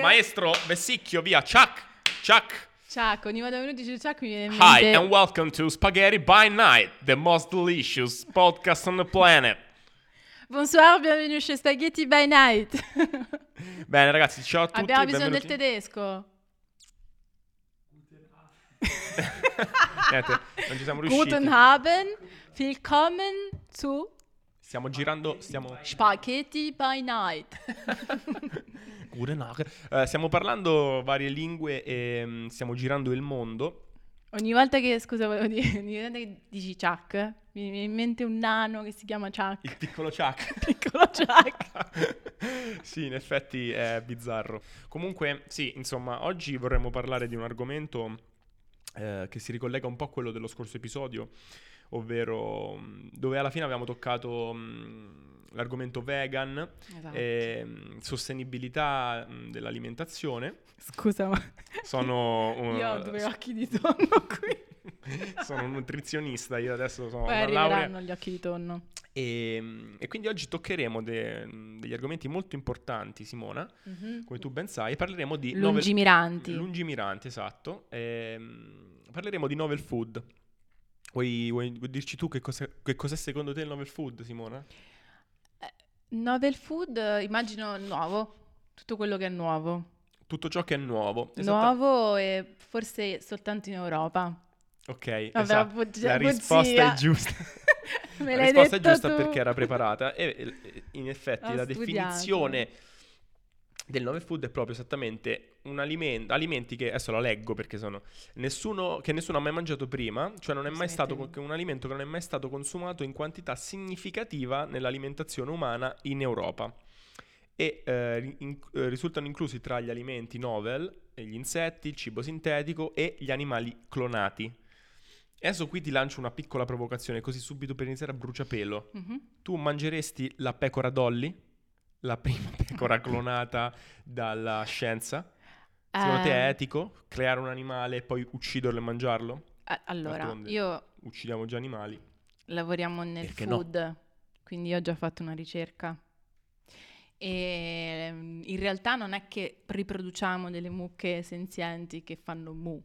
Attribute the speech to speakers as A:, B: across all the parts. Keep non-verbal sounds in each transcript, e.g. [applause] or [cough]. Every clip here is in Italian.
A: Maestro Vessicchio, via, ciak, ciak.
B: Chuck, ogni volta che uno dice Chuck mi viene in mente...
A: Hi and welcome to Spaghetti by Night, the most delicious podcast on the planet.
B: Bonsoir, bienvenue chez Spaghetti by
A: [laughs]
B: Night.
A: Bene ragazzi, ciao a tutti.
B: Abbiamo bisogno
A: benvenuti.
B: del tedesco.
A: [laughs] Niente, non ci siamo
B: Guten
A: riusciti.
B: Abend, willkommen zu
A: Stiamo girando, stiamo...
B: Spaghetti by Night.
A: [laughs] Guten Abend. Eh, stiamo parlando varie lingue e mm, stiamo girando il mondo.
B: Ogni volta che, scusa, volevo dire, ogni volta che dici Chuck, mi viene in mente un nano che si chiama Chuck,
A: [laughs] Il piccolo ciak.
B: piccolo Chuck.
A: [laughs] sì, in effetti è bizzarro. Comunque, sì, insomma, oggi vorremmo parlare di un argomento eh, che si ricollega un po' a quello dello scorso episodio, ovvero mh, dove alla fine avevamo toccato mh, l'argomento vegan,
B: Esatto.
A: e, mh, sostenibilità mh, dell'alimentazione.
B: [laughs] Scusa, ma
A: Sono un,
B: io ho due occhi di tonno [laughs] qui.
A: [laughs] sono un nutrizionista, io adesso sono
B: Poi
A: una laurea
B: arriveranno gli occhi di tonno.
A: e, e quindi oggi toccheremo de- mm, degli argomenti molto importanti, Simona,
B: Mhm.
A: come tu ben sai, parleremo di novel-
B: Lungimiranti.
A: lungimiranti, esatto. Ehm, parleremo di novel food. Vuoi, vuoi dirci tu che cosa- che cos'è secondo te il novel food, Simona?
B: Eh, Novel food, eh, immagino nuovo, tutto quello che è nuovo.
A: Tutto ciò che è nuovo. Esatta-
B: Nuovo e forse soltanto in Europa.
A: Ok,
B: Vabbè, cioè,
A: esatto.
B: bugia-
A: la risposta
B: bugia.
A: è
B: [laughs]
A: giusta.
B: Me
A: la
B: l'hai
A: risposta è
B: detta
A: giusta
B: tu.
A: perché era preparata e e- in effetti
B: Ho
A: la
B: studiato.
A: definizione del novel food è proprio esattamente un alimento, alimenti che adesso la leggo perché sono nessuno, che nessuno ha mai mangiato prima, cioè non è
B: Si
A: mai stato
B: mette in-
A: co- un alimento che non è mai stato consumato in quantità significativa nell'alimentazione umana in Europa. E eh, ri- in- eh, risultano inclusi tra gli alimenti novel eh, gli insetti, il cibo sintetico e gli animali clonati. E Adesso qui ti lancio una piccola provocazione, così subito per iniziare a bruciapelo.
B: Mhm.
A: Tu mangeresti la pecora Dolly? La prima [laughs] pecora clonata dalla scienza? Secondo te è
B: Ehm,
A: etico creare un animale e poi ucciderlo e mangiarlo?
B: a- allora,
A: D'altronde.
B: io
A: Uccidiamo già animali.
B: lavoriamo nel
A: Perché no?
B: food, quindi io ho già fatto una ricerca. E mm, in realtà non è che riproduciamo delle mucche senzienti che fanno mu,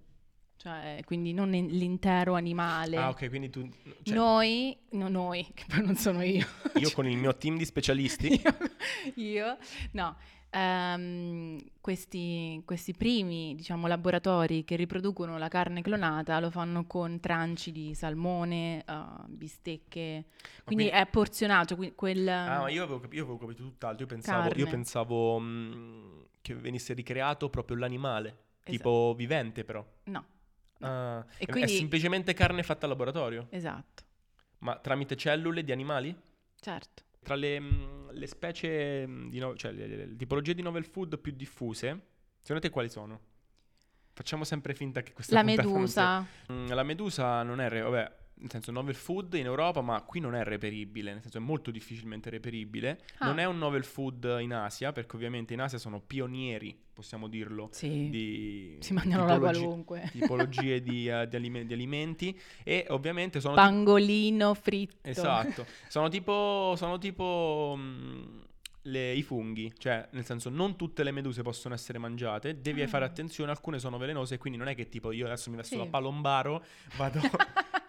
B: cioè quindi non in- l'intero animale.
A: Ah, ok, quindi tu... cioè,
B: Noi, no, noi, [laughs] che poi non sono io.
A: Io con il mio team di
B: [laughs]
A: specialisti...
B: io, io- no. Ehm, questi, questi primi diciamo, laboratori che riproducono la carne clonata lo fanno con tranci di salmone, eh, bistecche, quindi,
A: quindi-
B: è porzionato qui- quel...
A: Ah, ma io avevo, cap- io avevo capito tutt'altro, io pensavo, io
B: Carne.
A: pensavo, mm, che venisse ricreato proprio l'animale, tipo
B: Esatto.
A: vivente però.
B: No,
A: Ah,
B: E
A: è-
B: quindi-
A: È semplicemente carne fatta al laboratorio,
B: esatto,
A: ma tramite cellule di animali?
B: certo.
A: Tra le, mh, le specie, mh, di no- cioè le, le- le tipologie di novel food più diffuse, secondo te quali sono? Facciamo sempre finta che questa
B: La
A: puntata non sia-
B: medusa,
A: Mm, la medusa non è, re- vabbè, nel senso novel food in Europa, ma qui non è reperibile, nel senso è molto difficilmente reperibile.
B: Ah.
A: Non è un novel food in Asia, perché ovviamente in Asia sono pionieri, possiamo dirlo,
B: sì,
A: di
B: si mangiano la
A: tipologi-
B: qualunque.
A: tipologie di, eh, di alime- di alimenti e ovviamente sono tipo-
B: [laughs] Pangolino fritto.
A: Esatto, sono tipo, sono tipo mh, le- i funghi, cioè nel senso non tutte le meduse possono essere mangiate, devi
B: Ah.
A: fare attenzione, alcune sono velenose e quindi non è che tipo io adesso mi vesto
B: Sì.
A: da palombaro,
B: [laughs]
A: vado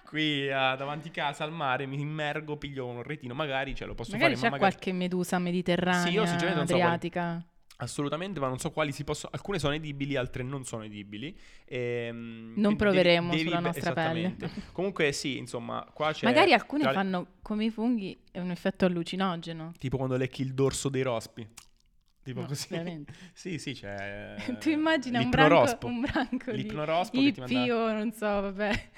A: qui eh, davanti casa al mare, mi immergo, piglio un retino, magari ce lo posso
B: Magari
A: fare,
B: c'è
A: ma magari
B: qualche medusa mediterranea,
A: Sì, io sinceramente non so quali-
B: adriatica.
A: assolutamente, ma non so quali si possono, alcune sono edibili, altre non sono edibili. Ehm, quindi devi-
B: proveremo
A: devi
B: sulla
A: be-
B: nostra pelle.
A: esattamente. Comunque sì, insomma, qua c'è
B: Magari alcune
A: Cioè, tra le-
B: fanno come i funghi è un effetto allucinogeno.
A: tipo quando lecchi il dorso dei rospi. Tipo
B: No,
A: così.
B: veramente.
A: [laughs] Sì, sì, c'è.
B: [laughs] tu immagina un branco,
A: l'ipnorospo.
B: un branco di
A: L'ipnorospo che ti manda-
B: hippie o non so, vabbè.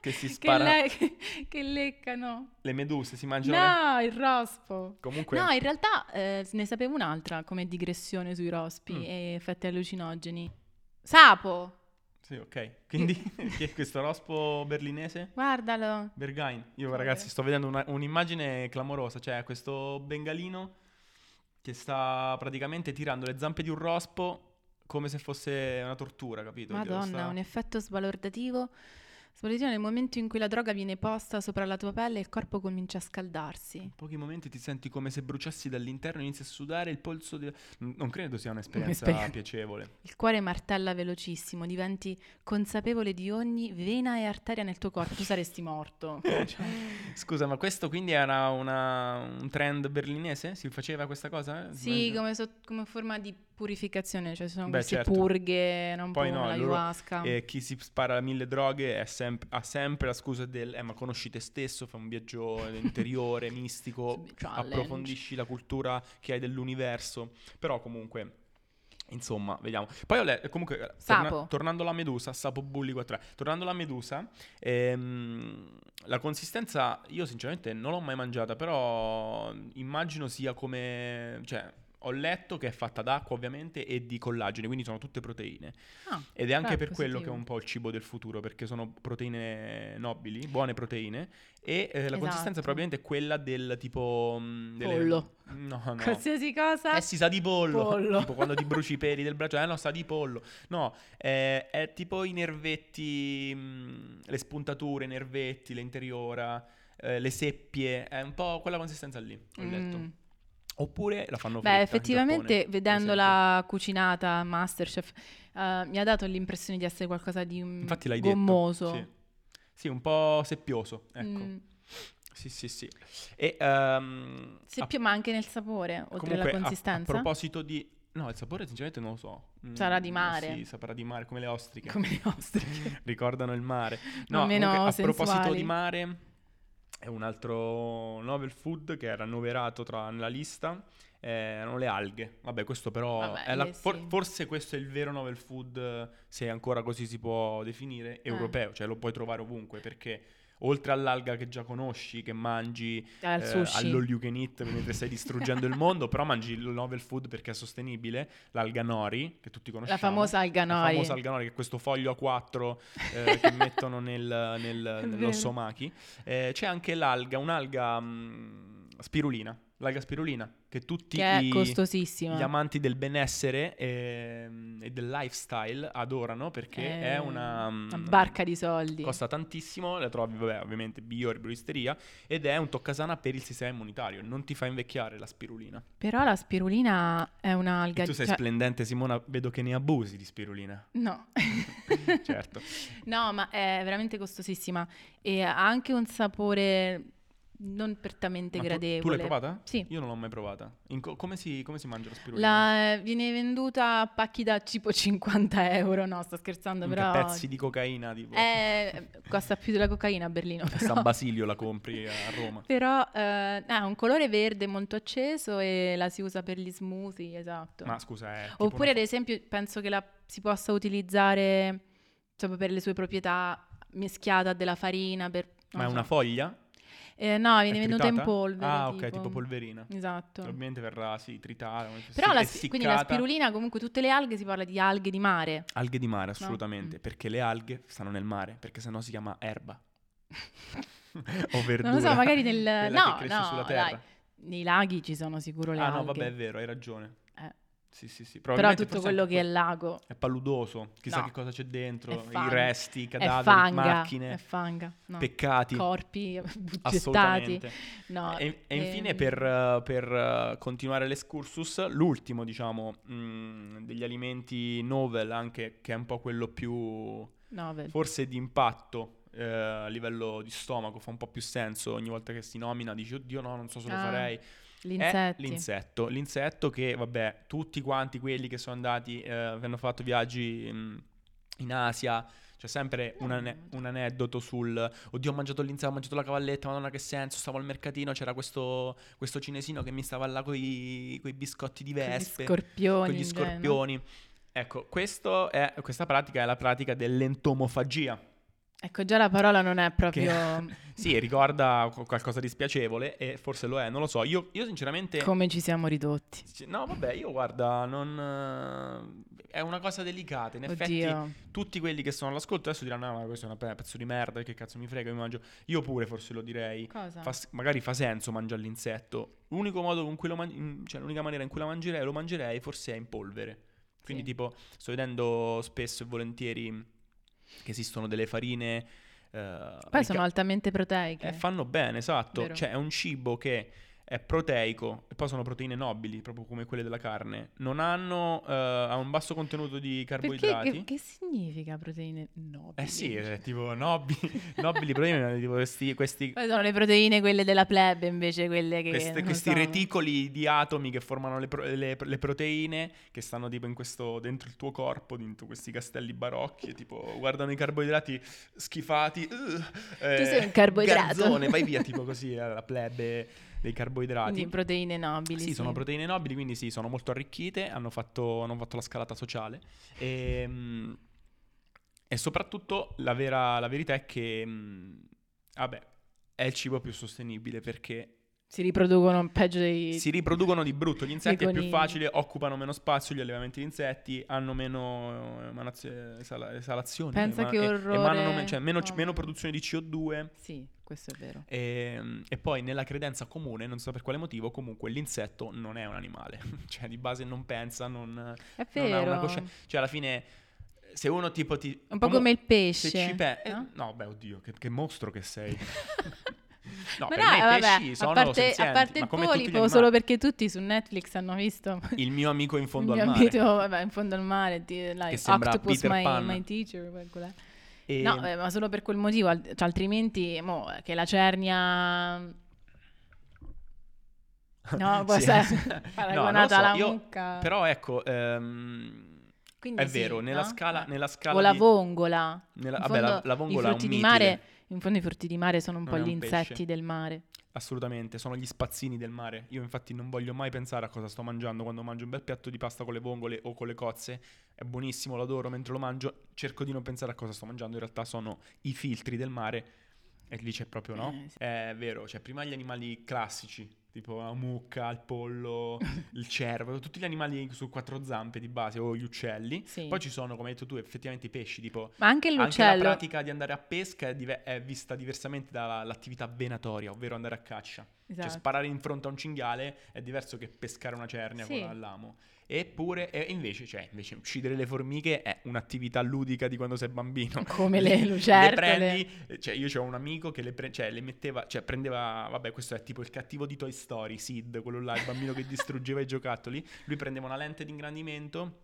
A: Che si
B: [laughs] Che
A: spara-
B: le- che, che leccano.
A: Le meduse si mangiano. le-
B: No, il rospo.
A: [laughs] Comunque,
B: No, in realtà eh, ne sapevo un'altra come digressione sui rospi
A: Mm.
B: e effetti allucinogeni. Sapo,
A: sì, ok. Quindi, [laughs] chi è questo rospo berlinese?
B: guardalo.
A: Bergain. Io,
B: Vabbè.
A: ragazzi, sto vedendo una- un'immagine clamorosa. Cioè, questo bengalino che sta praticamente tirando le zampe di un rospo come se fosse una tortura, capito? Glielo
B: Madonna,
A: sta-
B: un effetto sbalordativo. Sbalordativo nel momento in cui la droga viene posta sopra la tua pelle e il corpo comincia a scaldarsi.
A: In pochi momenti ti senti come se bruciassi dall'interno, inizi a sudare il polso. di- N- Non credo sia un'esperienza
B: Un'esper-
A: piacevole.
B: Il cuore martella velocissimo, diventi consapevole di ogni vena e arteria nel tuo corpo. Tu
A: [laughs]
B: saresti morto. Cioè,
A: Scusa, ma questo quindi era una- un trend berlinese? Si faceva questa cosa?
B: sì, come, so- come forma di purificazione, cioè ci sono
A: Beh,
B: queste
A: certo.
B: purghe, non
A: Poi
B: poi
A: no,
B: come
A: loro- eh,
B: l'ayahuasca.
A: E chi si spara mille droghe è sem- ha sempre la scusa del eh, ma conosci te stesso, fai un viaggio interiore, mistico, oh,
B: Challenge.
A: approfondisci la cultura che hai dell'universo. Però comunque. Insomma, vediamo. Poi ho letto, comunque, eh, torna-
B: Sapo.
A: tornando alla medusa, sapo bulli 4 Tornando alla medusa, ehm, la consistenza io sinceramente non l'ho mai mangiata, però immagino sia come... Cioè, ho letto che è fatta d'acqua ovviamente e di collagene, quindi sono tutte proteine.
B: Ah,
A: Ed è anche
B: Ah,
A: per quello che è
B: positivo.
A: un po' il cibo del futuro, perché sono proteine nobili, buone proteine, e eh, la
B: Esatto.
A: consistenza probabilmente è quella del tipo... mh, delle-
B: Pollo.
A: No,
B: [laughs]
A: no.
B: qualsiasi cosa.
A: Eh sì, sa di pollo.
B: Pollo.
A: tipo quando ti bruci i peli del braccio, eh no, sa di pollo. No, eh, è tipo i nervetti, mh, le spuntature, i nervetti, l'interiora, eh, le seppie, è un po' quella consistenza lì, ho letto.
B: Mm.
A: Oppure la fanno fritta
B: Beh,
A: in
B: effettivamente,
A: Giappone, per esempio.
B: vedendola cucinata Masterchef, eh, mi ha dato l'impressione di essere qualcosa di mm,
A: Infatti l'hai
B: gommoso.
A: detto. Sì. sì, un po' seppioso, ecco.
B: Mm,
A: Sì, sì, sì. E, ehm,
B: se
A: a-
B: più, ma anche nel sapore, oltre alla
A: comunque, a-
B: consistenza.
A: A, proposito di... No, il sapore sinceramente non lo so. Mm,
B: Sarà di mare.
A: Sì, saprà di mare, come le ostriche.
B: come le ostriche.
A: [laughs] Ricordano il mare.
B: Ma
A: No,
B: meno
A: comunque, a proposito
B: sensuali.
A: di mare, è un altro novel food che era annoverato tra, nella lista. eh, erano le alghe. Vabbè, questo però
B: Vabbè,
A: è la-
B: eh sì.
A: for- forse questo è il vero novel food, eh, se ancora così si può definire,
B: Eh.
A: europeo, cioè lo puoi trovare ovunque perché oltre all'alga che già conosci, che mangi
B: Al
A: eh,
B: sushi.
A: all'all you can eat mentre stai distruggendo il mondo, però mangi il novel food perché è sostenibile, l'alga nori, che tutti conosciamo.
B: la famosa alga
A: diciamo. La
B: nori.
A: famosa alga nori, che è questo foglio a 4 eh,
B: [laughs]
A: che mettono nel, nel,
B: È
A: nell'ossomaki. Eh, c'è anche l'alga, un'alga mh, spirulina, l'alga spirulina, che tutti
B: che è
A: i-
B: costosissima.
A: gli amanti del benessere ehm, e del lifestyle adorano perché è, una... mm, mh,
B: Eh, barca di soldi.
A: Costa tantissimo, la trovi vabbè, ovviamente bio, erboristeria ed è un toccasana per il sistema immunitario, non ti fa invecchiare la spirulina.
B: Però la spirulina è
A: E
B: un'alga.
A: tu sei
B: cioè-
A: splendente Simona, vedo che ne abusi di spirulina.
B: No.
A: [laughs] Certo.
B: No, ma è veramente costosissima e ha anche un sapore non perfettamente
A: Ma tu-
B: gradevole.
A: Tu, l'hai provata?
B: Sì.
A: Io non l'ho mai provata. In co- come, si, come si mangia la spirulina?
B: La- viene venduta a pacchi da tipo 50 euro, no, sto scherzando,
A: Minchia,
B: però...
A: Pezzi di cocaina, tipo. [laughs]
B: Eh, costa più della cocaina a Berlino,
A: A
B: però...
A: San Basilio la compri a Roma.
B: Però eh, ha un colore verde molto acceso e la si usa per gli smoothie, esatto.
A: Ma scusa, è tipo
B: Oppure,
A: una-
B: ad esempio, penso che la si possa utilizzare proprio per le sue proprietà mischiata della farina, per... non
A: Ma è
B: so.
A: una foglia?
B: Eh, no, viene
A: È
B: venduta in
A: tritata?
B: polvere.
A: Ah, ok, tipo Cioè, polverina.
B: Esatto.
A: Probabilmente verrà, sì, tritata.
B: Però
A: sì,
B: la, spi- quindi la
A: essiccata.
B: spirulina, comunque tutte le alghe si parla di alghe di mare.
A: Alghe di mare, assolutamente,
B: Mm.
A: perché le alghe stanno nel mare, perché sennò si chiama
B: [laughs]
A: erba. o verdura.
B: non lo so, magari nel...
A: quella
B: no,
A: che cresce
B: no,
A: sulla
B: dai.
A: terra.
B: Nei laghi ci sono sicuro le
A: ah,
B: alghe.
A: no, vabbè, è vero, hai ragione.
B: Eh.
A: Sì, sì, sì.
B: Però
A: Probabilmente
B: tutto
A: forse
B: quello
A: anche
B: che è
A: que-
B: lago
A: è paludoso, chissà
B: No.
A: che cosa c'è dentro,
B: È
A: i
B: fang-
A: resti, i
B: è
A: cadaveri,
B: fanga,
A: macchine,
B: è fanga, no.
A: peccati.
B: corpi [laughs] gettati.
A: Assolutamente.
B: No,
A: E, e infine
B: ehm,
A: per, eh, per, eh, continuare l'escursus, l'ultimo diciamo mh, degli alimenti novel anche che è un po' quello più
B: Novel.
A: forse di impatto eh, a livello di stomaco fa un po' più senso ogni volta che si nomina dici oddio no non so se lo
B: Ah,
A: farei è
B: L'insetti.
A: Eh, l'insetto l'insetto che vabbè tutti quanti quelli che sono andati eh, che hanno fatto viaggi mh, in Asia c'è sempre un, ane- un aneddoto sul oddio ho mangiato l'insetto ho mangiato la cavalletta madonna che senso stavo al mercatino c'era questo, questo cinesino che mi stava là con i biscotti di
B: Con gli
A: vespe
B: scorpioni.
A: con gli
B: in genere, no?
A: scorpioni. Ecco, questo è- questa pratica è la pratica dell'entomofagia.
B: Ecco, già la parola non è proprio
A: [laughs] Sì, ricorda qu- qualcosa di spiacevole e forse lo è, non lo so. Io, io sinceramente...
B: come ci siamo ridotti.
A: No, vabbè, io guarda, non... eh, È una cosa delicata, in effetti
B: Oddio.
A: tutti quelli che sono all'ascolto adesso diranno, no, ma questo è un pe- pezzo di merda, che cazzo mi frega, mi mangio... Io pure forse lo direi.
B: Cosa?
A: Fa s- magari fa senso mangiare l'insetto. L'unico modo con cui lo man- mm, cioè l'unica maniera in cui lo mangerei, lo mangerei forse è in polvere. Quindi
B: Sì.
A: tipo sto vedendo spesso e volentieri che esistono delle farine... eh,
B: Poi
A: ricca-
B: sono altamente proteiche.
A: eh, fanno bene, esatto.
B: Vero.
A: Cioè, è un cibo che è proteico, e poi sono proteine nobili, proprio come quelle della carne. Non hanno eh, ha un basso contenuto di
B: Perché
A: carboidrati.
B: che, che significa proteine
A: Eh
B: nobili?
A: sì, eh, tipo nobili, [laughs] nobili proteine, tipo questi, questi,
B: Poi sono le proteine quelle della plebe invece, quelle che
A: queste-
B: Eh, non
A: questi
B: sono.
A: reticoli di atomi che formano le, pro- le- le proteine che stanno tipo in questo, dentro il tuo corpo, dentro questi castelli barocchi, e tipo guardano i carboidrati schifati. Tu
B: sei un carboidrato.
A: Garzone, vai
B: [laughs]
A: via, tipo così, eh, la plebe dei carboidrati.
B: Quindi proteine nobili.
A: Sì,
B: Sì,
A: sono proteine nobili, quindi sì, sono molto arricchite, hanno fatto, hanno fatto la scalata sociale. E, mm, e soprattutto la, vera- la verità è che, mm, vabbè, è il cibo più sostenibile perché
B: Si riproducono peggio dei...
A: si riproducono di brutto gli insetti, è più
B: conigli.
A: facile, occupano meno spazio gli allevamenti di insetti, hanno meno eh, emanazio- esala- esalazioni,
B: Pensa che orrore.
A: emanano me- cioè, meno,
B: Mamma
A: meno
B: mia.
A: produzione di CO2.
B: Sì, questo è vero.
A: E, Ehm, e poi nella credenza comune, non so per quale motivo, comunque l'insetto non è un animale, [laughs] cioè di base non pensa, non,
B: È
A: non ha
B: vero.
A: una coscienza. Cioè alla fine, se uno tipo ti...
B: Un po'
A: comu-
B: come il
A: se
B: pesce.
A: ci pe- eh,
B: no?
A: no, beh, oddio, che, che mostro che
B: [laughs]
A: sei. no,
B: Ma
A: per
B: no,
A: me i
B: vabbè,
A: pesci
B: a
A: sono
B: parte,
A: senzienti,
B: a parte
A: ma
B: il
A: come tutti gli
B: polipo,
A: animali.
B: solo perché tutti su Netflix hanno visto [laughs]
A: Il mio amico in fondo
B: il
A: al
B: mio
A: mare.
B: amico, vabbè, in fondo al mare, ti- like,
A: Che sembra
B: Octopus
A: Peter
B: my,
A: Pan.
B: my teacher, qualcola.
A: E-
B: No, eh, ma solo per quel motivo, al- cioè, altrimenti mo, che
A: [laughs]
B: la cernia No, può
A: Sì. [laughs]
B: essere
A: No, non lo
B: paragonata alla
A: so, io-
B: mucca.
A: Però ecco, ehm,
B: Quindi
A: è
B: sì,
A: vero, nella
B: no?
A: scala...
B: Eh.
A: Nella scala
B: o la
A: di-
B: vongola.
A: nella-
B: In
A: vabbè, la,
B: fondo
A: la vongola
B: i
A: è un
B: frutti di
A: mitide.
B: mare, in fondo i frutti di mare sono un
A: Non
B: po'
A: è
B: gli
A: un pesce.
B: insetti del mare.
A: Assolutamente, sono gli spazzini del mare. Io infatti non voglio mai pensare a cosa sto mangiando quando mangio un bel piatto di pasta con le vongole o con le cozze. È buonissimo, lo adoro mentre lo mangio. Cerco di non pensare a cosa sto mangiando, in realtà sono i filtri del mare. E lì c'è proprio, no?
B: Eh, sì.
A: È vero, cioè prima gli animali classici, tipo la mucca, il
B: [laughs]
A: pollo, il cervo, tutti gli animali su quattro zampe di base o gli uccelli.
B: Sì.
A: Poi ci sono, come hai detto tu, effettivamente i pesci, tipo
B: Ma anche
A: anche la
B: l'uccello.
A: pratica di andare a pesca è, dive- è vista diversamente dall'attività venatoria, ovvero andare a caccia.
B: Esatto.
A: Cioè sparare in fronte a un cinghiale è diverso che pescare una cernia
B: Sì.
A: con l'amo. Eppure, e invece, cioè, invece uccidere le formiche è un'attività ludica di quando sei [laughs]
B: [laughs]
A: bambino.
B: Come le
A: Lì
B: lucertole.
A: prendi, cioè io c'ho un amico che le, pre- cioè, le metteva, cioè prendeva, vabbè questo è tipo il cattivo di Toy Story, Sid, quello là, il bambino che distruggeva i giocattoli. Lui prendeva una lente di ingrandimento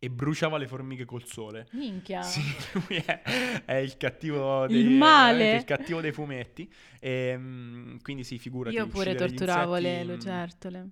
A: e bruciava le formiche col sole.
B: Minchia.
A: Sì, [laughs] lui è, è il cattivo
B: Il
A: dei,
B: male.
A: veramente il cattivo dei fumetti. Ehm, quindi sì, figurati.
B: Io pure
A: uccidere gli
B: torturavo le
A: insetti, mm,
B: lucertole.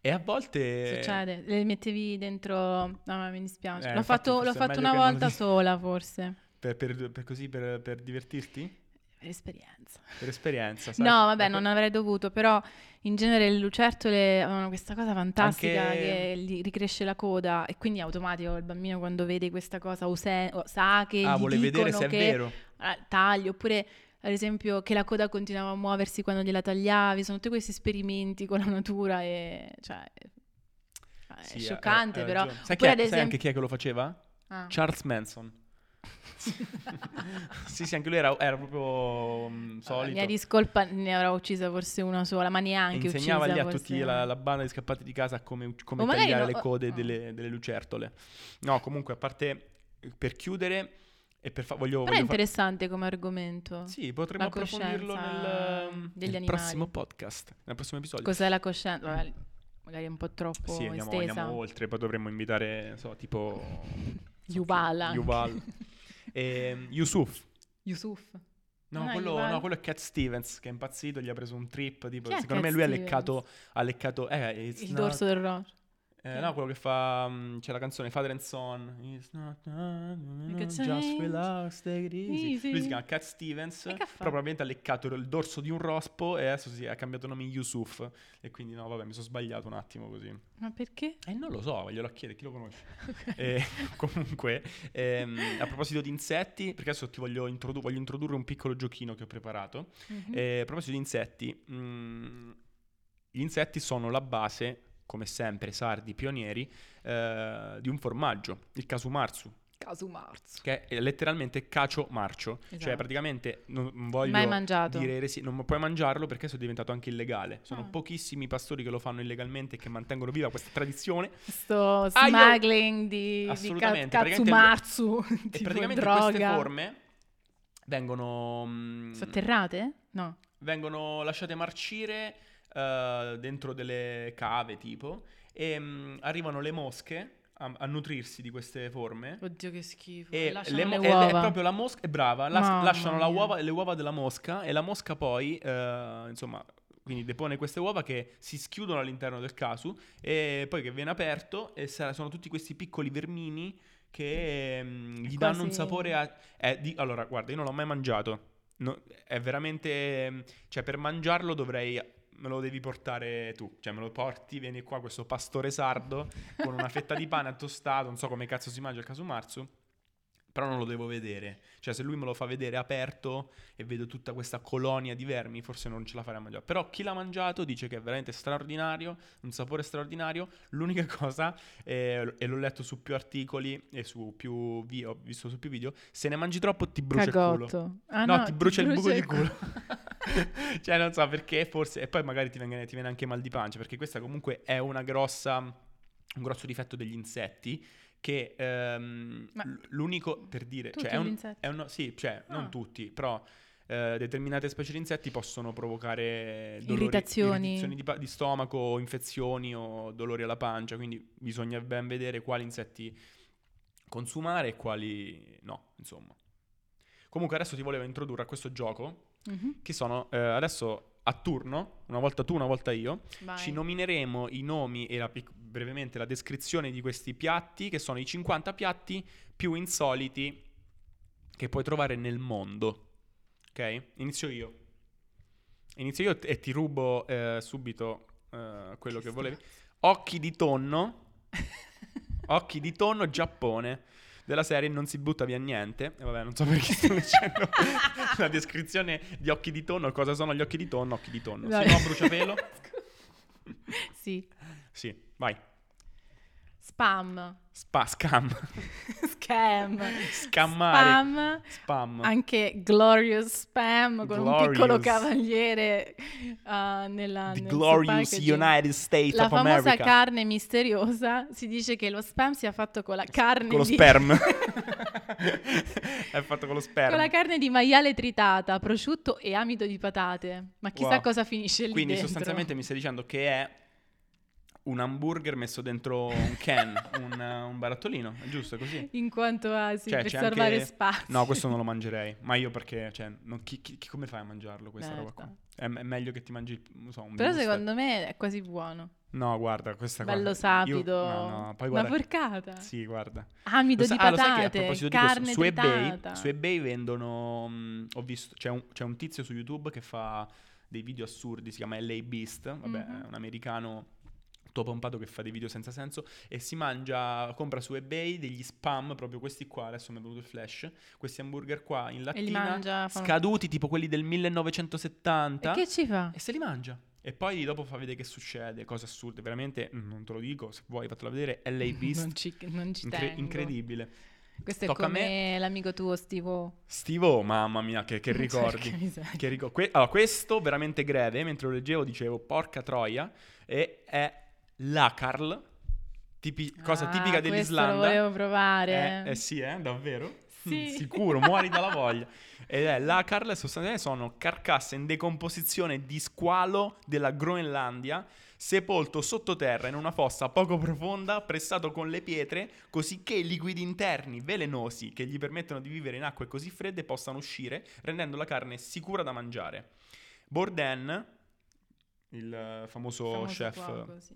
A: E a volte...
B: Succede. Le mettevi dentro... No, ma mi dispiace.
A: Eh,
B: l'ho
A: infatti,
B: fatto,
A: forse
B: l'ho
A: è meglio
B: fatto una
A: che non lo
B: volta
A: dici.
B: sola, forse.
A: Per, per- per così, per, per divertirti?
B: Per esperienza.
A: Per esperienza, sai?
B: No, vabbè,
A: Ecco,
B: non avrei dovuto, però in genere le lucertole avevano questa cosa fantastica
A: Anche-
B: che gli ricresce la coda e quindi automatico il bambino quando vede questa cosa o, se- o sa che
A: Ah,
B: gli
A: vuole vedere
B: dicono
A: se è
B: che
A: vero.
B: ah, tagli oppure ad esempio che la coda continuava a muoversi quando gliela tagliavi, sono tutti questi esperimenti con la natura e cioè è
A: Sì, ha-
B: scioccante
A: ha
B: però.
A: ragione. Sai, chi
B: Oppure
A: è-
B: ad
A: sai anche
B: esempio
A: chi è che lo faceva?
B: Ah.
A: Charles
B: [laughs]
A: Manson. sì, sì, anche lui era, era proprio mm,
B: Vabbè, mia
A: solito.
B: discolpa ne avrà uccisa forse una sola, ma neanche
A: Insegnava lì
B: uccisa
A: a tutti
B: forse.
A: la, la banda di scappati di casa come, come
B: O magari
A: tagliare
B: no,
A: le
B: o-
A: code
B: no.
A: delle, delle lucertole. No, comunque, a parte eh, per chiudere e per fa- voglio...
B: Però è
A: voglio fa-
B: interessante come argomento.
A: sì, potremmo
B: la
A: approfondirlo
B: coscienza
A: nel, mm,
B: degli
A: nel
B: animali.
A: prossimo podcast, nel prossimo episodio.
B: Cos'è la coscienza? Vabbè, magari è un po' troppo
A: sì, andiamo,
B: estesa.
A: andiamo oltre, poi dovremmo invitare, non so, tipo...
B: [laughs] Yuval anche.
A: Yuval. Ehm, Yusuf.
B: Yusuf.
A: No,
B: No,
A: quello,
B: Ah, Yuval.
A: no, quello è Cat Stevens che è impazzito, gli ha preso un trip, tipo,
B: Chi è
A: secondo me
B: Cat
A: lui ha
B: Stevens?
A: leccato, ha leccato, eh, it's
B: Il
A: not-
B: dorso del rock.
A: Eh, no, quello che fa. mm, c'è la canzone Father and Son. It's not. Just
B: change.
A: relax, take it easy.
B: Easy.
A: Lui si chiama Cat Stevens.
B: E che
A: Però
B: fa?
A: probabilmente ha leccato il dorso di un rospo e adesso si è cambiato nome in Yusuf. E quindi, no, vabbè, mi sono sbagliato un attimo così.
B: Ma perché?
A: [laughs]
B: [laughs]
A: E Eh, non lo so, glielo chiedere, chi lo conosce? [laughs] Eh, comunque, ehm, a proposito di insetti, perché adesso ti voglio, introdu- voglio introdurre un piccolo giochino che ho preparato.
B: Mhm.
A: Eh, a proposito di insetti, mm, gli insetti sono la base, come sempre, sardi pionieri, eh, di un formaggio, il casumarzu.
B: casumarzo.
A: che è letteralmente cacio marcio, cioè
B: Esatto.
A: praticamente non non voglio
B: Mai mangiato.
A: dire resi- non puoi mangiarlo perché adesso è diventato anche illegale. Sono
B: Ah.
A: pochissimi pastori che lo fanno illegalmente e che mantengono viva questa tradizione
B: Sto
A: Ah, io-
B: smuggling di, di ca-
A: Assolutamente, praticamente-
B: katsumarzu,
A: e
B: [laughs] tipo
A: praticamente
B: droga.
A: queste forme vengono mm,
B: Sotterrate? No.
A: vengono lasciate marcire eh, dentro delle cave tipo e mm, arrivano le mosche a, a nutrirsi di queste forme
B: Oddio che schifo.
A: e
B: lasciano
A: le
B: le,
A: mo- e
B: uova.
A: le- è proprio la mosca è brava las-
B: Mamma
A: lasciano la
B: mia.
A: uova- le uova della mosca e la mosca poi eh, insomma quindi depone queste uova che si schiudono all'interno del casu e poi che viene aperto e sa- sono tutti questi piccoli vermini che mm, gli danno un
B: quasi-
A: sapore a- eh, di- allora guarda io non l'ho mai mangiato No, è veramente mm, cioè per mangiarlo dovrei me lo devi portare tu cioè me lo porti vieni qua questo pastore sardo con una fetta
B: [laughs]
A: di pane tostato, non so come cazzo si mangia il casumarzu, però non lo devo vedere. Cioè, se lui me lo fa vedere aperto e vedo tutta questa colonia di vermi, forse non ce la farei a mangiare. Però chi l'ha mangiato dice che è veramente straordinario, un sapore straordinario. L'unica cosa, eh, e l'ho letto su più articoli e su più vi- ho visto su più video, se ne mangi troppo ti brucia il culo.
B: Cagotto. Ah,
A: no, ti brucia il buco di culo. [laughs]
B: culo.
A: cioè, non so perché, forse. E poi magari ti viene, ti viene anche mal di pancia, perché questa comunque è una grossa. Un grosso difetto degli insetti. Che ehm,
B: Ma-
A: l- l'unico per dire.
B: Tutti
A: cioè, è
B: gli
A: un-
B: insetti?
A: è uno- sì, cioè, non
B: Ah.
A: tutti, però. eh, determinate specie di insetti possono provocare dolori,
B: Irritazioni.
A: irritazioni di, pa- di stomaco, infezioni o dolori alla pancia, quindi bisogna ben vedere quali insetti consumare e quali no, insomma. Comunque adesso ti volevo introdurre a questo gioco
B: Mhm,
A: che sono eh, adesso a turno, una volta tu, una volta io,
B: vai.
A: ci nomineremo i nomi e la pic- brevemente la descrizione di questi piatti, che sono i 50 piatti più insoliti che puoi trovare nel mondo. Ok? Inizio io. Inizio io t- e ti rubo eh, subito eh, quello che
B: [laughs]
A: volevi. Occhi di tonno. Occhi di tonno Giappone della serie non si butta via niente. E vabbè, non so perché sto dicendo la descrizione di occhi di tonno, cosa sono gli occhi di tonno, occhi di tonno.
B: Dai.
A: Se no,
B: [laughs]
A: bruciapelo.
B: sì.
A: Sì, vai.
B: Spam. [laughs]
A: Spa, scam,
B: Scam.
A: scammare,
B: Spam.
A: spam.
B: Anche Glorious Spam con un piccolo
A: Glorious.
B: cavaliere eh, nella
A: The
B: nel suo
A: glorious
B: packaging.
A: United States
B: La
A: of
B: famosa
A: America.
B: carne misteriosa, si dice che lo spam sia fatto con la carne
A: con lo
B: di- [laughs]
A: sperm. È fatto con lo sperm.
B: con la carne di maiale tritata, prosciutto e amido di patate. Ma chissà
A: Wow.
B: cosa finisce lì
A: Quindi
B: dentro.
A: sostanzialmente mi stai dicendo che è un hamburger messo dentro un
B: [laughs]
A: can, un, un barattolino, è giusto È così?
B: In quanto a sì,
A: Cioè,
B: per
A: c'è
B: salvare
A: anche-
B: spazio.
A: No, questo non lo mangerei. Ma io perché, cioè, non- chi- chi- chi- come fai a mangiarlo questa roba
B: Merda.
A: qua? È, è meglio che ti mangi, non so, un
B: [laughs] Certo. Però
A: bistec.
B: secondo me è quasi buono.
A: No, guarda, questa qua-
B: Bello
A: io-
B: sapido.
A: no, no, poi
B: Una
A: guarda...
B: porcata.
A: Sì, guarda.
B: Amido
A: Lo sa-
B: di
A: ah, lo sai che a
B: patate,
A: proposito di questo,
B: carne
A: su eBay,
B: tritata.
A: su eBay vendono, mh, ho visto, c'è un, c'è un tizio su YouTube che fa dei video assurdi, si chiama LA Beast, vabbè,
B: Mhm.
A: è un americano tutto pompato che fa dei video senza senso e si mangia, compra su eBay degli spam, proprio questi qua, adesso mi è venuto il flash, questi hamburger qua in
B: E li
A: lattina,
B: mangia. fa-
A: scaduti tipo quelli del 1970
B: E che ci fa?
A: e se li mangia. E poi dopo fa vedere che succede, cose assurde, veramente, mm, non te lo dico, se vuoi fatelo vedere, LA
B: [laughs] Non
A: Beast,
B: ci, non ci
A: incre-
B: tengo.
A: incredibile.
B: Questo
A: Tocca
B: è
A: a me.
B: come l'amico tuo, Stivo.
A: Steve, oh, mamma mia, che, che ricordi. Che ricor- que- allora, questo veramente greve, mentre lo leggevo dicevo porca troia, e è l'acarl, tipi- cosa tipica
B: Ah, Questo lo
A: dell'Islanda.
B: volevo provare.
A: Eh, eh sì, eh, davvero?
B: Sì.
A: Mm, sicuro, muori dalla voglia. [laughs] Ed è l'acarl, sostanzialmente sono carcasse in decomposizione di squalo della Groenlandia, sepolto sottoterra in una fossa poco profonda, pressato con le pietre, così che i liquidi interni velenosi che gli permettono di vivere in acque così fredde possano uscire, rendendo la carne sicura da mangiare. Bourdain, il eh, famoso,
B: Famoso
A: chef eh,
B: cuoco, sì.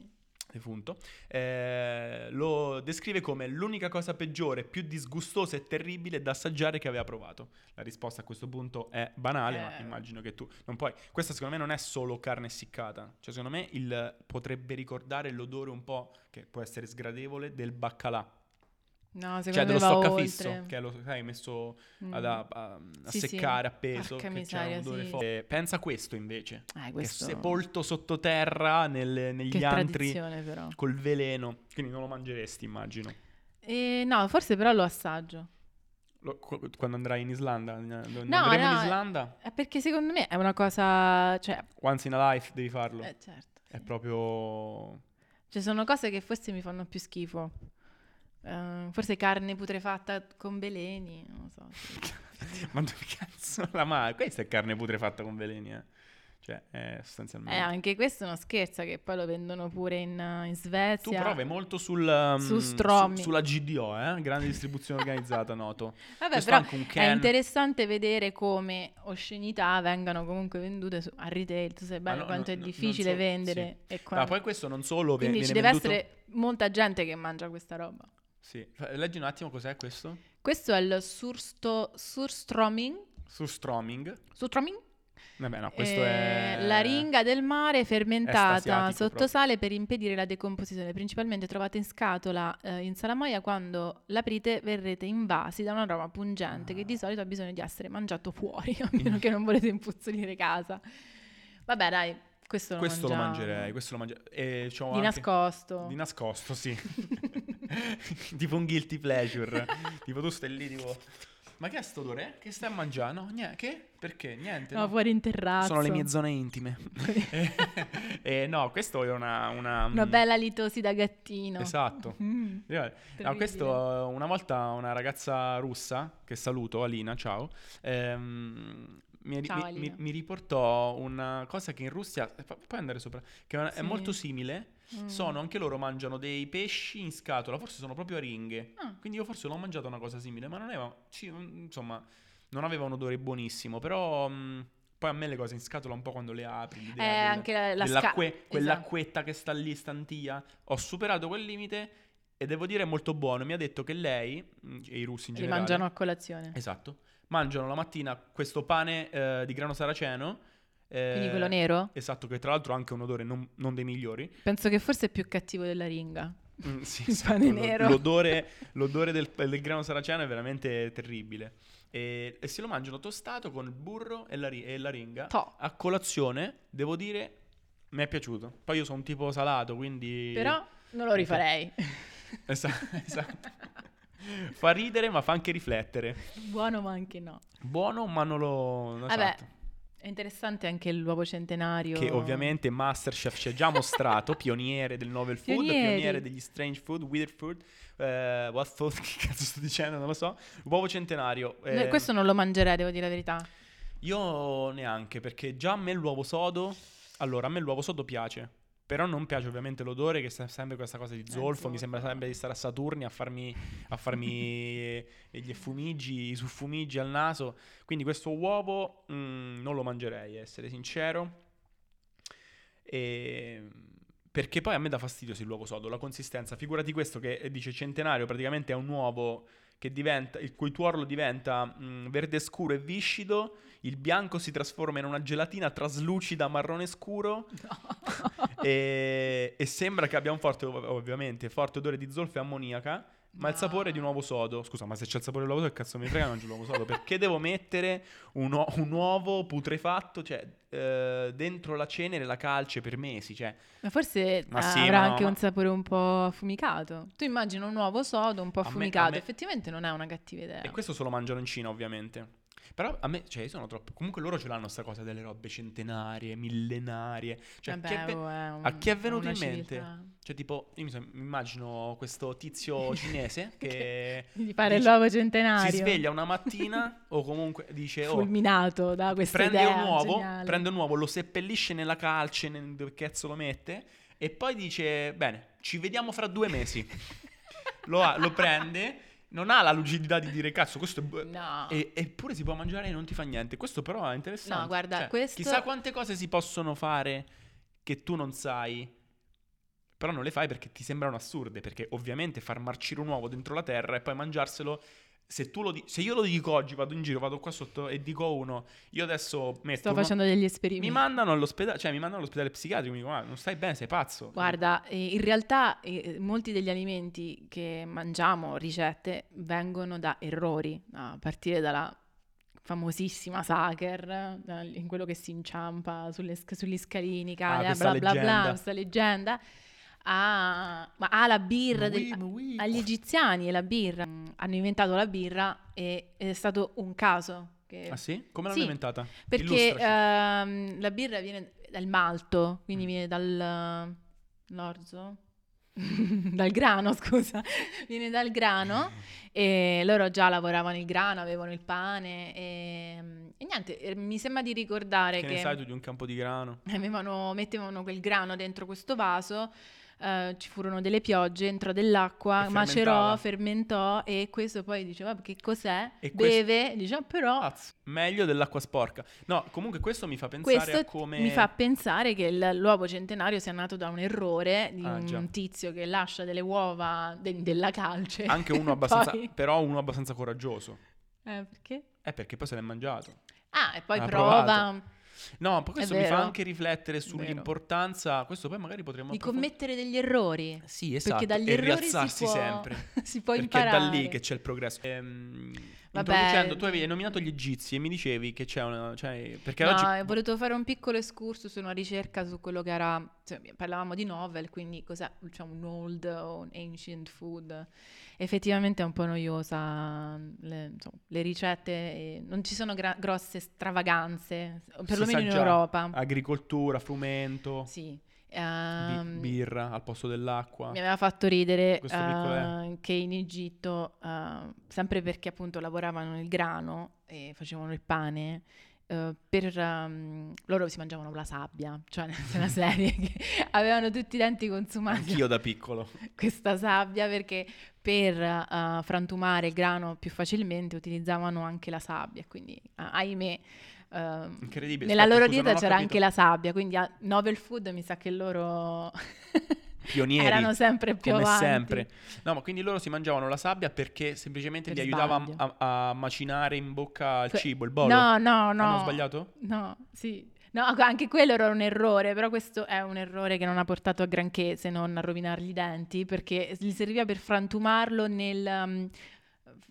A: defunto, eh, lo descrive come l'unica cosa peggiore, più disgustosa e terribile da assaggiare che aveva provato. La risposta a questo punto è banale, ma
B: Eh.
A: immagino che tu non puoi. Questa secondo me non è solo carne essiccata, cioè secondo me il- potrebbe ricordare l'odore un po' che può essere sgradevole del baccalà,
B: No, secondo
A: cioè dello
B: me va
A: stoccafisso
B: oltre.
A: che lo sai messo
B: Mm.
A: ad- a, a- a
B: Sì, sì.
A: seccare appeso,
B: Porca
A: che c'è
B: miseria,
A: un odore
B: sì.
A: forte. Eh, Pensa a questo invece,
B: Eh,
A: che è
B: questo...
A: sepolto sottoterra nelle- negli
B: Che
A: antri
B: tradizione, però.
A: col veleno, quindi non lo mangeresti, immagino.
B: Eh, no, forse però lo assaggio.
A: Lo- co- quando andrai in Islanda? Lo andremo in
B: no, eh.
A: Islanda?
B: Eh, perché secondo me è una cosa... Cioè,
A: Once in a life devi farlo.
B: eh, certo.
A: È proprio... [laughs]
B: Cioè, sono cose che forse mi fanno più schifo. Eh, forse carne putrefatta con veleni, non lo so.
A: Ma dove cazzo la ma? Questa è carne putrefatta con veleni, eh. Cioè, è
B: Eh,
A: sostanzialmente...
B: anche questo è uno scherzo che poi lo vendono pure in, eh, in
A: tu
B: Svezia.
A: provi molto sul, um,
B: Su Stromi.
A: sulla GDO, eh? Grande distribuzione organizzata, noto.
B: [laughs] Vabbè,
A: Questo
B: però
A: anche un
B: è
A: can.
B: interessante vedere come oscenità vengano comunque vendute su- a retail. Tu sai bene
A: no,
B: quanto
A: no,
B: è
A: no,
B: difficile
A: non so-
B: vendere e
A: Ma
B: quanto...
A: poi questo non solo ve-
B: Quindi
A: viene
B: ci deve
A: venduto...
B: essere molta gente che mangia questa roba.
A: Sì. Fa- Leggi un attimo cos'è questo?
B: Questo è il sursto, surstroming.
A: Su Stroming.
B: Surstroming?
A: Vabbè, no, questo è...
B: Eh, L'aringa del mare fermentata
A: estasiatico
B: sotto
A: proprio.
B: sale per impedire la decomposizione, principalmente trovata in scatola eh, in salamoia quando l'aprite verrete invasi da una roba pungente che di
A: Ah. Mm.
B: solito ha bisogno di essere mangiato fuori, [laughs] a meno che non volete impuzzolire casa. Vabbè, dai, questo lo
A: Questo lo
B: mangiamo.
A: mangerei, questo lo mangerei. E c'ho
B: Di
A: anche-
B: nascosto.
A: Di nascosto, sì. [laughs] tipo un guilty pleasure. tipo tu stai lì, tipo... Ma che è sto odore? Che stai a mangiare? No, niente. Che? Perché? Niente.
B: No,
A: no.
B: fuori in terrazzo.
A: Sono le mie zone
B: [laughs]
A: intime. [laughs] e, e no, questo è una... Una, mm,
B: Una bella litosi da gattino.
A: Esatto.
B: [laughs] Mm.
A: Eh, No,
B: Terribile.
A: questo eh, una volta una ragazza russa, che saluto, Alina, ciao, ehm, mi, ri-
B: Ciao,
A: mi-
B: Alina.
A: mi- mi riportò una cosa che in Russia, eh, pu- puoi andare sopra, che è una- è
B: Sì.
A: molto simile,
B: Mm.
A: sono, anche loro mangiano dei pesci in scatola, forse sono proprio aringhe,
B: Ah.
A: quindi io forse l'ho mangiata una cosa simile, ma non aveva, ci- insomma, non aveva un odore buonissimo, però... mh, poi a me le cose in scatola un po' quando le apri, l'idea
B: Eh,
A: del-
B: anche la, la sca-
A: Dell'acque-
B: esatto.
A: quell'acquetta che sta lì stantia. Ho superato quel limite e devo dire è molto buono. Mi ha detto che lei, mh, e i russi in
B: Esatto. Li
A: generale,
B: mangiano a colazione.
A: esatto, mangiano la mattina questo pane eh, di grano saraceno. eh,
B: Quindi quello nero?
A: Esatto, che tra l'altro ha anche un odore non, non dei migliori.
B: Penso che forse è più cattivo della ringa.
A: Mm,
B: [laughs]
A: sì,
B: Il
A: esatto,
B: pane
A: lo-
B: nero.
A: L'odore, l'odore del, del grano saraceno è veramente terribile. E, e se lo mangiano tostato con il burro e la, ri- e la ringa.
B: To.
A: A colazione, devo dire, mi è piaciuto. Poi io sono un tipo salato, quindi...
B: Però non lo rifarei.
A: [laughs] Esa- esatto. fa ridere, ma fa anche riflettere.
B: Buono ma anche no.
A: Buono, ma non lo... non
B: Vabbè,
A: esatto.
B: È interessante anche l'uovo centenario.
A: Che ovviamente Masterchef ci ha già
B: [laughs]
A: mostrato, pioniere del novel food,
B: Pionieri.
A: pioniere degli strange food, weird food, eh, what food, [laughs] che cazzo sto dicendo, non lo so, uovo centenario.
B: No,
A: eh,
B: questo non lo mangerei, devo dire la
A: [laughs]
B: verità.
A: Io neanche, perché già a me l'uovo sodo, allora a me l'uovo sodo piace, però non piace ovviamente l'odore che sta sempre questa cosa di zolfo, mi
B: zolfo.
A: sembra sempre di stare a Saturni a farmi, a farmi gli effumigi, i suffumigi al naso, quindi questo uovo mm, non lo mangerei, a essere sincero, E- perché poi a me dà fastidio se l'uovo sodo, la consistenza, figurati questo che eh, dice centenario, praticamente è un uovo che diventa, il cui tuorlo diventa mm, verde scuro e viscido, il bianco si trasforma in una gelatina traslucida marrone scuro
B: [laughs]
A: e, e sembra che abbia un forte, ov- ovviamente, forte odore di zolfo e ammoniaca, ma il sapore di un uovo sodo. Scusa, ma se c'è il sapore dell'uovo sodo, che cazzo mi frega, non c'è l'uovo sodo. Perché devo mettere un, o- un uovo putrefatto, cioè, eh, dentro la cenere, la calce per mesi, cioè...
B: Ma forse
A: Ma
B: eh,
A: sì,
B: avrà
A: ma no,
B: anche
A: ma-
B: un sapore un po' affumicato. Tu immagini un uovo sodo un po'
A: A me- a
B: affumicato.
A: me-
B: Effettivamente non è una cattiva idea.
A: E questo se lo mangiano in Cina, ovviamente. Però a me, cioè, io sono troppo... Comunque loro ce l'hanno sta cosa delle robe centenarie, millenarie. Cioè,
B: Vabbè,
A: chi è ve-
B: oh, è un-
A: a chi è venuto
B: una
A: in mente?
B: civiltà.
A: Cioè, tipo, io mi, so- mi immagino questo
B: [laughs]
A: tizio cinese che
B: Di fare
A: Dice-
B: l'uovo centenario.
A: si sveglia una
B: [laughs]
A: mattina o comunque dice: Oh,
B: fulminato da questa
A: prende
B: idea
A: un, uovo,
B: geniale.
A: prende un uovo, lo seppellisce nella calce, nel dove cazzo lo mette, e poi dice: Bene, ci vediamo fra due mesi. lo, ha- lo prende, non ha la lucidità di dire: Cazzo, questo è. bu-
B: [laughs] No.
A: e- eppure si può mangiare e non ti fa niente. Questo però è interessante.
B: No, guarda,
A: Cioè,
B: questo-
A: Chissà quante cose si possono fare che tu non sai. Però non le fai perché ti sembrano assurde. Perché ovviamente far marcire un uovo dentro la terra e poi mangiarselo. Se, tu lo di- se io lo dico oggi, vado in giro, vado qua sotto e dico a uno, io adesso metto.
B: Sto
A: uno-
B: facendo degli
A: Mi
B: esperimenti.
A: mandano all'ospedale, cioè mi mandano all'ospedale psichiatrico. Mi dicono, "Ah, non stai bene, sei pazzo.
B: Guarda, eh, in realtà eh, molti degli alimenti che mangiamo, ricette, vengono da errori, a partire dalla famosissima sacher, da- in quello che si inciampa sulle sc- sugli scalini, cade,
A: Ah, questa
B: bla bla bla,
A: leggenda.
B: questa leggenda, Ah, ma ah, la birra del-
A: Mui, mui.
B: agli egiziani e la birra. Mm, Hanno inventato la birra e ed è stato un caso. che-
A: Ah sì? Come l'hanno
B: Sì,
A: inventata?
B: Perché
A: Illustraci.
B: ehm, la birra viene dal malto, quindi
A: Mm.
B: viene dal l'orzo? [laughs] dal grano, [laughs] scusa, viene dal grano e loro già lavoravano il grano, avevano il pane e, e niente, eh, mi sembra di ricordare
A: Che
B: che,
A: ne sai tu di un campo di grano?
B: avevano- mettevano quel grano dentro questo vaso, eh, ci furono delle piogge, entrò dell'acqua,
A: E
B: macerò,
A: fermentava.
B: fermentò e questo poi diceva che cos'è?
A: E questo-
B: Beve, diceva però
A: Pazzo. Meglio dell'acqua sporca. No, comunque questo mi fa pensare a
B: questo
A: come...
B: mi fa pensare che il- l'uovo centenario sia nato da un errore di
A: Ah,
B: un
A: già.
B: tizio che lascia delle uova de- della calce.
A: [laughs] Anche
B: [laughs]
A: uno abbastanza...
B: Poi-
A: Però uno abbastanza coraggioso.
B: Eh, perché?
A: Eh, perché poi se l'è mangiato.
B: Ah, e poi
A: Ha
B: prova
A: provato. No, poi questo mi fa
B: vero.
A: anche riflettere sull'importanza... Questo poi magari potremmo...
B: di
A: approfondire.
B: commettere degli errori. [laughs]
A: Sì, esatto.
B: Perché dagli
A: e
B: errori si
A: rialzarsi
B: può, [laughs]
A: sempre. [laughs]
B: si può
A: perché
B: imparare.
A: è da lì che c'è il progresso. Ehm,
B: Vabbè.
A: introducendo, tu avevi nominato gli egizi e mi dicevi che c'è una... Cioè, perché
B: No,
A: oggi...
B: eh, volevo fare un piccolo escurso su una ricerca su quello che era. cioè, parlavamo di novel, quindi cos'è diciamo, un old o un ancient food. Effettivamente è un po' noiosa mm, le, insomma, le ricette, eh, non ci sono gra- grosse stravaganze, o perlomeno
A: sa
B: in
A: già. Ah.
B: Europa.
A: Agricoltura, frumento,
B: Sì.
A: bi-
B: ehm,
A: birra al posto dell'acqua.
B: mi aveva fatto ridere
A: Ah. Questo piccolo è.
B: eh, che in Egitto, eh, sempre perché appunto lavoravano il grano e facevano il pane, eh, per, ehm, loro si mangiavano la sabbia, cioè nella serie che [laughs] avevano tutti i denti consumati
A: Anch'io da piccolo.
B: [laughs] questa sabbia perché per eh, frantumare il grano più facilmente utilizzavano anche la sabbia, quindi ah, ahimè. ehm,
A: Incredibile.
B: Nella
A: Aspetta,
B: loro
A: scusa,
B: dieta
A: non ho
B: c'era
A: capito.
B: anche la sabbia, quindi a Novel Food mi sa che loro
A: Pionieri.
B: [laughs] erano sempre più
A: come
B: avanti.
A: sempre. No, ma quindi loro si mangiavano la sabbia perché semplicemente
B: Per
A: li aiutava
B: sbaglio.
A: a, a macinare in bocca il
B: Que-
A: cibo, il bolo.
B: No, no, no.
A: Hanno Ah, sbagliato?
B: No, sì. No, co- anche quello era un errore, però questo è un errore che non ha portato a granché se non a rovinargli i denti, perché gli serviva per frantumarlo nel um,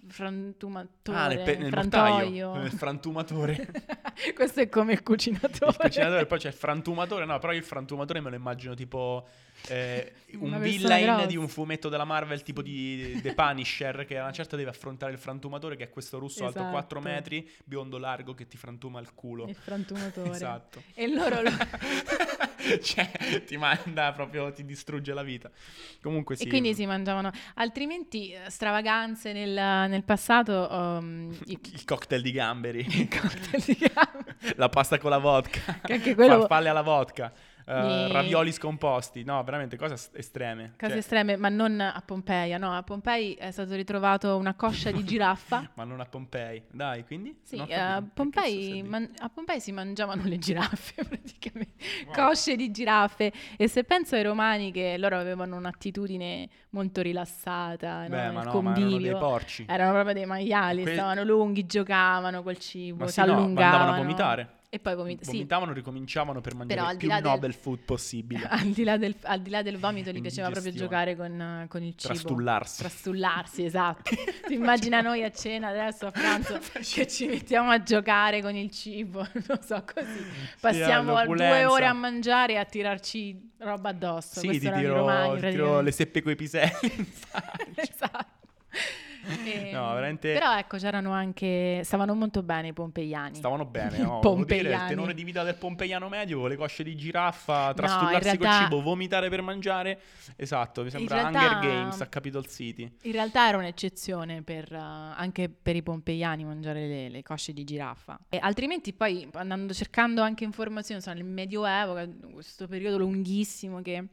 B: frantumatore,
A: Ah, nel, pe- nel mortaio, [laughs] nel frantumatore.
B: [laughs] questo è come il cucinatore.
A: Il cucinatore, poi c'è il frantumatore. No, però io il frantumatore me lo immagino tipo eh,
B: Una
A: un
B: persona
A: villain
B: grossa.
A: di un fumetto della Marvel, tipo di The Punisher, che a una certa deve affrontare il frantumatore, che è questo russo alto 4
B: Esatto.
A: metri, biondo largo, che ti frantuma il culo.
B: [laughs] Il frantumatore.
A: Esatto.
B: E loro lo-
A: [laughs] cioè, ti manda proprio, ti distrugge la vita. Comunque [laughs] sì.
B: E quindi si mangiavano, altrimenti eh, stravaganze nel, nel passato, um, i-
A: [laughs] Il cocktail di gamberi, [laughs]
B: i cocktail di gamba.
A: la pasta con la vodka,
B: Che anche [laughs] quello-
A: farfalle alla vodka, eh,
B: Ni-
A: ravioli scomposti, no, veramente cose es- estreme.
B: Cose
A: Cioè,
B: estreme, ma non a Pompeia, no, a Pompei è stato ritrovato una coscia di
A: [laughs]
B: giraffa.
A: Ma non a Pompei. Dai, quindi?
B: Sì, eh,
A: Non ho capito. Che
B: a
A: cazzo stai
B: Pompei,
A: a dire?
B: man- a Pompei si mangiavano le giraffe [laughs] praticamente,
A: Wow.
B: cosce di giraffe. E se penso ai romani che loro avevano un'attitudine molto rilassata, no?
A: Beh,
B: nel
A: ma no, ma erano dei
B: convivio, Eh,
A: porci.
B: erano proprio dei maiali,
A: Que-
B: stavano lunghi, giocavano col cibo,
A: ma
B: si
A: sì, no, ma
B: allungavano.
A: andavano a vomitare.
B: E poi boh, vomit- sì,
A: Vomitavano, ricominciavano per mangiare
B: Però al
A: il
B: di
A: più
B: là del- Ah,
A: Nobel food possibile.
B: [laughs] al di, là del, al di là del vomito gli piaceva proprio
A: Indigestione.
B: giocare con, con il cibo.
A: Trastullarsi.
B: Trastullarsi, esatto. [laughs] Ti immagina noi a cena adesso
A: [laughs]
B: a pranzo che ci mettiamo a giocare con il cibo, [laughs] non so così. Passiamo due
A: all'opulenza.
B: ore a mangiare e a tirarci roba addosso.
A: Sì, ti
B: Questo erano i
A: tiro,
B: romani,
A: ti tiro
B: praticamente.
A: le [laughs] seppe coi
B: [laughs]
A: piselli. in faccia.
B: Esatto. E-
A: No, veramente-
B: Però ecco, c'erano anche... stavano molto bene i pompeiani.
A: Stavano bene, no? Volevo dire, il
B: Pompeiani.
A: tenore di vita del pompeiano medio, le cosce di giraffa,
B: in
A: trastullarsi
B: realtà-
A: col cibo, vomitare per mangiare. Esatto, mi sembra
B: realtà-
A: Hunger Games a Capitol City.
B: In realtà era un'eccezione per, eh, anche per i pompeiani mangiare le, le cosce di giraffa. E altrimenti poi andando cercando anche informazioni, non so, nel Medioevo, che è questo periodo lunghissimo che,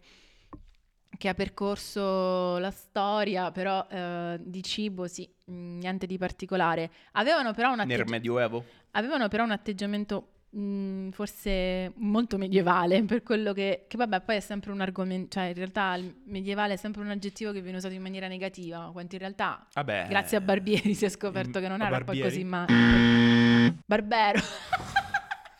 B: che ha percorso la storia, però eh, di cibo sì, mh, niente di particolare. Avevano però un,
A: Nel
B: atteggi-
A: Medioevo.
B: avevano però un atteggiamento mh, forse molto medievale [laughs] per quello che, che vabbè poi è sempre un argomento cioè in realtà il medievale è sempre un aggettivo che viene usato in maniera negativa quanto in realtà
A: Vabbè.
B: grazie a Barbieri [laughs] si è scoperto
A: il-
B: che non
A: a
B: era poi
A: Eh, Barbieri?
B: così ma Barbero
A: [laughs]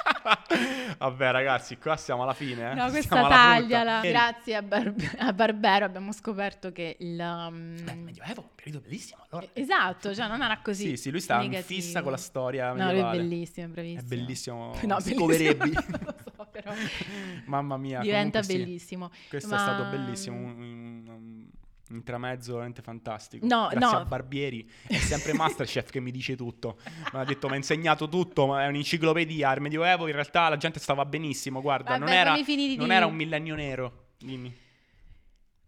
A: Vabbè, ragazzi, qua siamo alla fine. Eh?
B: no questa
A: Siamo alla frutta.
B: tagliala
A: Ieri-
B: grazie a, Bar- a Barbero abbiamo scoperto che il um,
A: Beh, il Medioevo, un periodo bellissimo. Allora.
B: esatto cioè non era così
A: Sì, sì, lui sta in
B: negativo.
A: fissa con la storia
B: no lui è
A: medievale.
B: bellissimo [laughs] bravissimo
A: È bellissimo.
B: No,
A: Scoverebbi.
B: bellissimo, non lo so, però.
A: [laughs]
B: vero.
A: Mamma mia.
B: Diventa
A: comunque sì,
B: bellissimo.
A: Questo è
B: ma-
A: stato bellissimo, un, un- un- un intramezzo veramente fantastico.
B: No,
A: Grazie
B: no.
A: a Barbieri, è
B: [laughs]
A: sempre Masterchef che mi dice tutto. Mi ha detto, mi ha insegnato tutto, ma è un'enciclopedia. Al Medioevo in realtà la gente stava benissimo, guarda,
B: Vabbè,
A: non, era,
B: fammi finire di
A: non
B: dire.
A: era un millennio nero. Dimmi.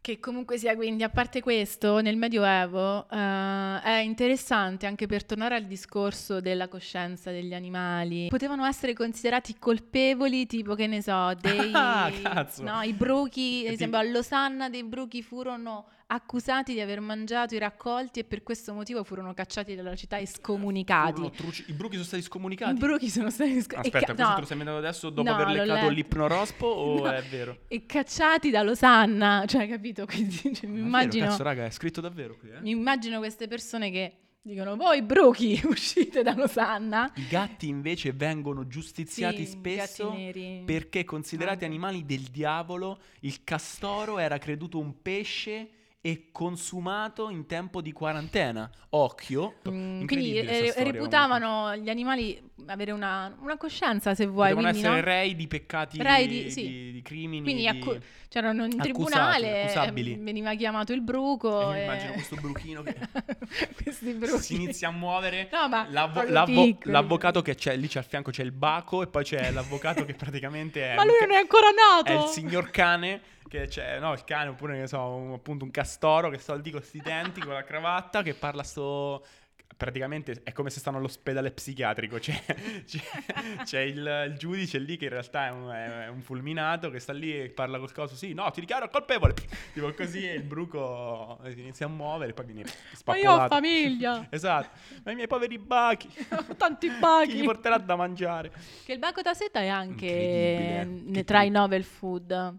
B: Che comunque sia, quindi, a parte questo, nel Medioevo eh, è interessante anche per tornare al discorso della coscienza degli animali. Potevano essere considerati colpevoli, tipo che
A: [laughs]
B: ne so, dei
A: Ah, cazzo.
B: no, i bruchi, ad
A: Di-
B: esempio a Losanna dei bruchi furono accusati di aver mangiato i raccolti e per questo motivo furono cacciati dalla città e scomunicati.
A: Furono truci- I bruchi sono stati
B: Ah, I
A: scomunicati.
B: bruchi sono stati sc- e
A: Cioè, Aspetta,
B: ca-
A: questo
B: no,
A: te lo stai inventando adesso dopo
B: No,
A: aver
B: l'ho
A: leccato
B: letto.
A: l'ipnorospo o
B: [laughs] No.
A: è vero?
B: e cacciati da Losanna, cioè capito? [laughs] Quindi cioè,
A: Ma è Ah,
B: mi
A: vero,
B: immagino...
A: cazzo, raga, è scritto davvero qui, eh?
B: Mi immagino queste persone che dicono voi bruchi [laughs] uscite da Losanna.
A: I gatti invece vengono giustiziati
B: Sì,
A: spesso
B: gatti neri. Ah.
A: perché considerati
B: Anche.
A: animali del diavolo, il castoro era creduto un pesce e consumato in tempo di quarantena. Occhio.
B: Mm, quindi
A: Incredibile sta
B: eh,
A: storia,
B: reputavano gli animali avere una, una coscienza, se vuoi.
A: comunque. Potevano
B: Quindi,
A: essere
B: no?
A: rei di peccati,
B: Rei
A: di,
B: di- sì.
A: di- di crimini.
B: Quindi ecco,
A: di- [laughs]
B: accu- c'erano in
A: accusati,
B: tribunale,
A: accusabili.
B: eh, veniva chiamato il
A: E io
B: bruco.
A: mi
B: e-
A: immagino questo bruchino che
B: [laughs] Questi bruchi.
A: si inizia a muovere.
B: No, ma
A: L'avvo-
B: Ah, proprio
A: l'avvo-
B: piccoli.
A: l'avvocato che c'è lì c'è al fianco c'è il baco e poi c'è l'avvocato che praticamente è
B: Ma
A: un
B: lui
A: ca-
B: non è ancora
A: è il
B: nato.
A: signor cane che c'è no il cane oppure che so un- appunto un castoro che sta lì con sti denti con la cravatta che parla sto praticamente è come se stanno all'ospedale psichiatrico c'è, c'è- c'è il, il giudice lì che in realtà è un, è un fulminato che sta lì e parla col coso sì no ti dichiaro colpevole tipo così e il bruco si inizia a muovere e poi viene
B: Ma
A: spappolato
B: io ho famiglia.
A: [laughs] esatto ma i miei poveri bachi
B: Ho [laughs] Tanti
A: chi gli
B: bachi.
A: porterà da mangiare
B: Che il baco da seta è anche
A: Incredibile, eh.
B: ne-
A: Che
B: tra
A: tu-
B: i novel food.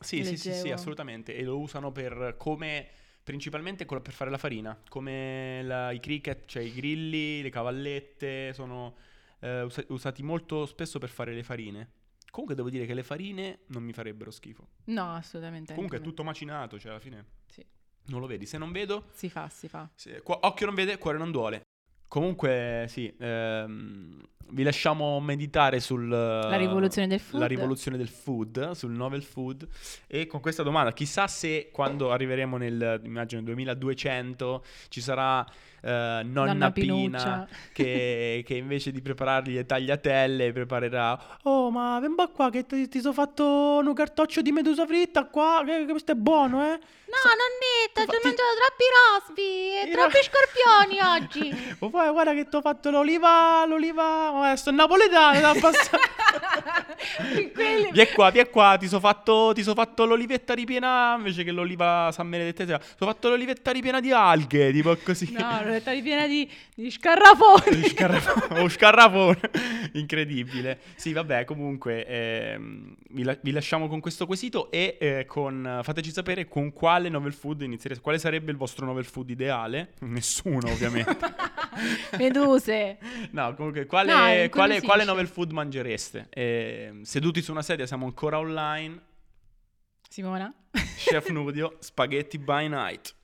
A: Sì, sì, sì, sì,
B: Leggevo.
A: assolutamente. E lo usano per come principalmente col- per fare la farina, come la- i cricket, cioè i grilli, le cavallette, sono eh, usa- usati molto spesso per fare le farine. Comunque devo dire che le farine non mi farebbero schifo.
B: Eh, No, assolutamente.
A: Comunque è
B: anche
A: tutto macinato, cioè alla fine
B: Sì.
A: non lo vedi. Se non vedo,
B: Si fa, si fa.
A: se- qua- occhio non vede, cuore non duole. Comunque sì, ehm, vi lasciamo meditare sul...
B: La rivoluzione del food.
A: la rivoluzione del food, sul novel food. E con questa domanda, chissà se quando arriveremo nel, immagino, 2200 ci sarà eh, nonna, Pina
B: Nonna Pinuccia.
A: che, che invece di preparargli le tagliatelle preparerà Oh ma ven qua qua che ti, ti sono fatto un cartoccio di medusa fritta qua, che, che questo è buono eh
B: No, nonnetta,
A: Infatti-
B: ci ho mangiato troppi rospi e
A: I
B: troppi
A: ro-
B: scorpioni oggi.
A: [laughs] Oh, poi guarda che ti ho fatto l'oliva, l'oliva, oh, sto napoletano
B: [laughs]
A: da passare [laughs]
B: Quelli-
A: Vieni qua, vieni qua, ti sono fatto, ti so fatto l'olivetta ripiena invece che l'oliva San Benedetto. Ti sono fatto l'olivetta ripiena di alghe, tipo così. [laughs]
B: No, l'ho detta ripiena di, di scarrafoni.
A: Lo scarrafone, lo scarrafone. incredibile. Sì, vabbè, comunque ehm, vi, la- vi lasciamo con questo quesito e eh, con, fateci sapere con quale novel food inizierete. Quale sarebbe il vostro novel food ideale? Nessuno,
B: [laughs]
A: ovviamente.
B: [laughs] Meduse.
A: [laughs] No, comunque, quale,
B: No,
A: quale- quale,
B: incuriosisce.
A: novel food mangereste? Eh, seduti su una sedia, siamo ancora online.
B: Simona?
A: Chef Nudio, spaghetti by night.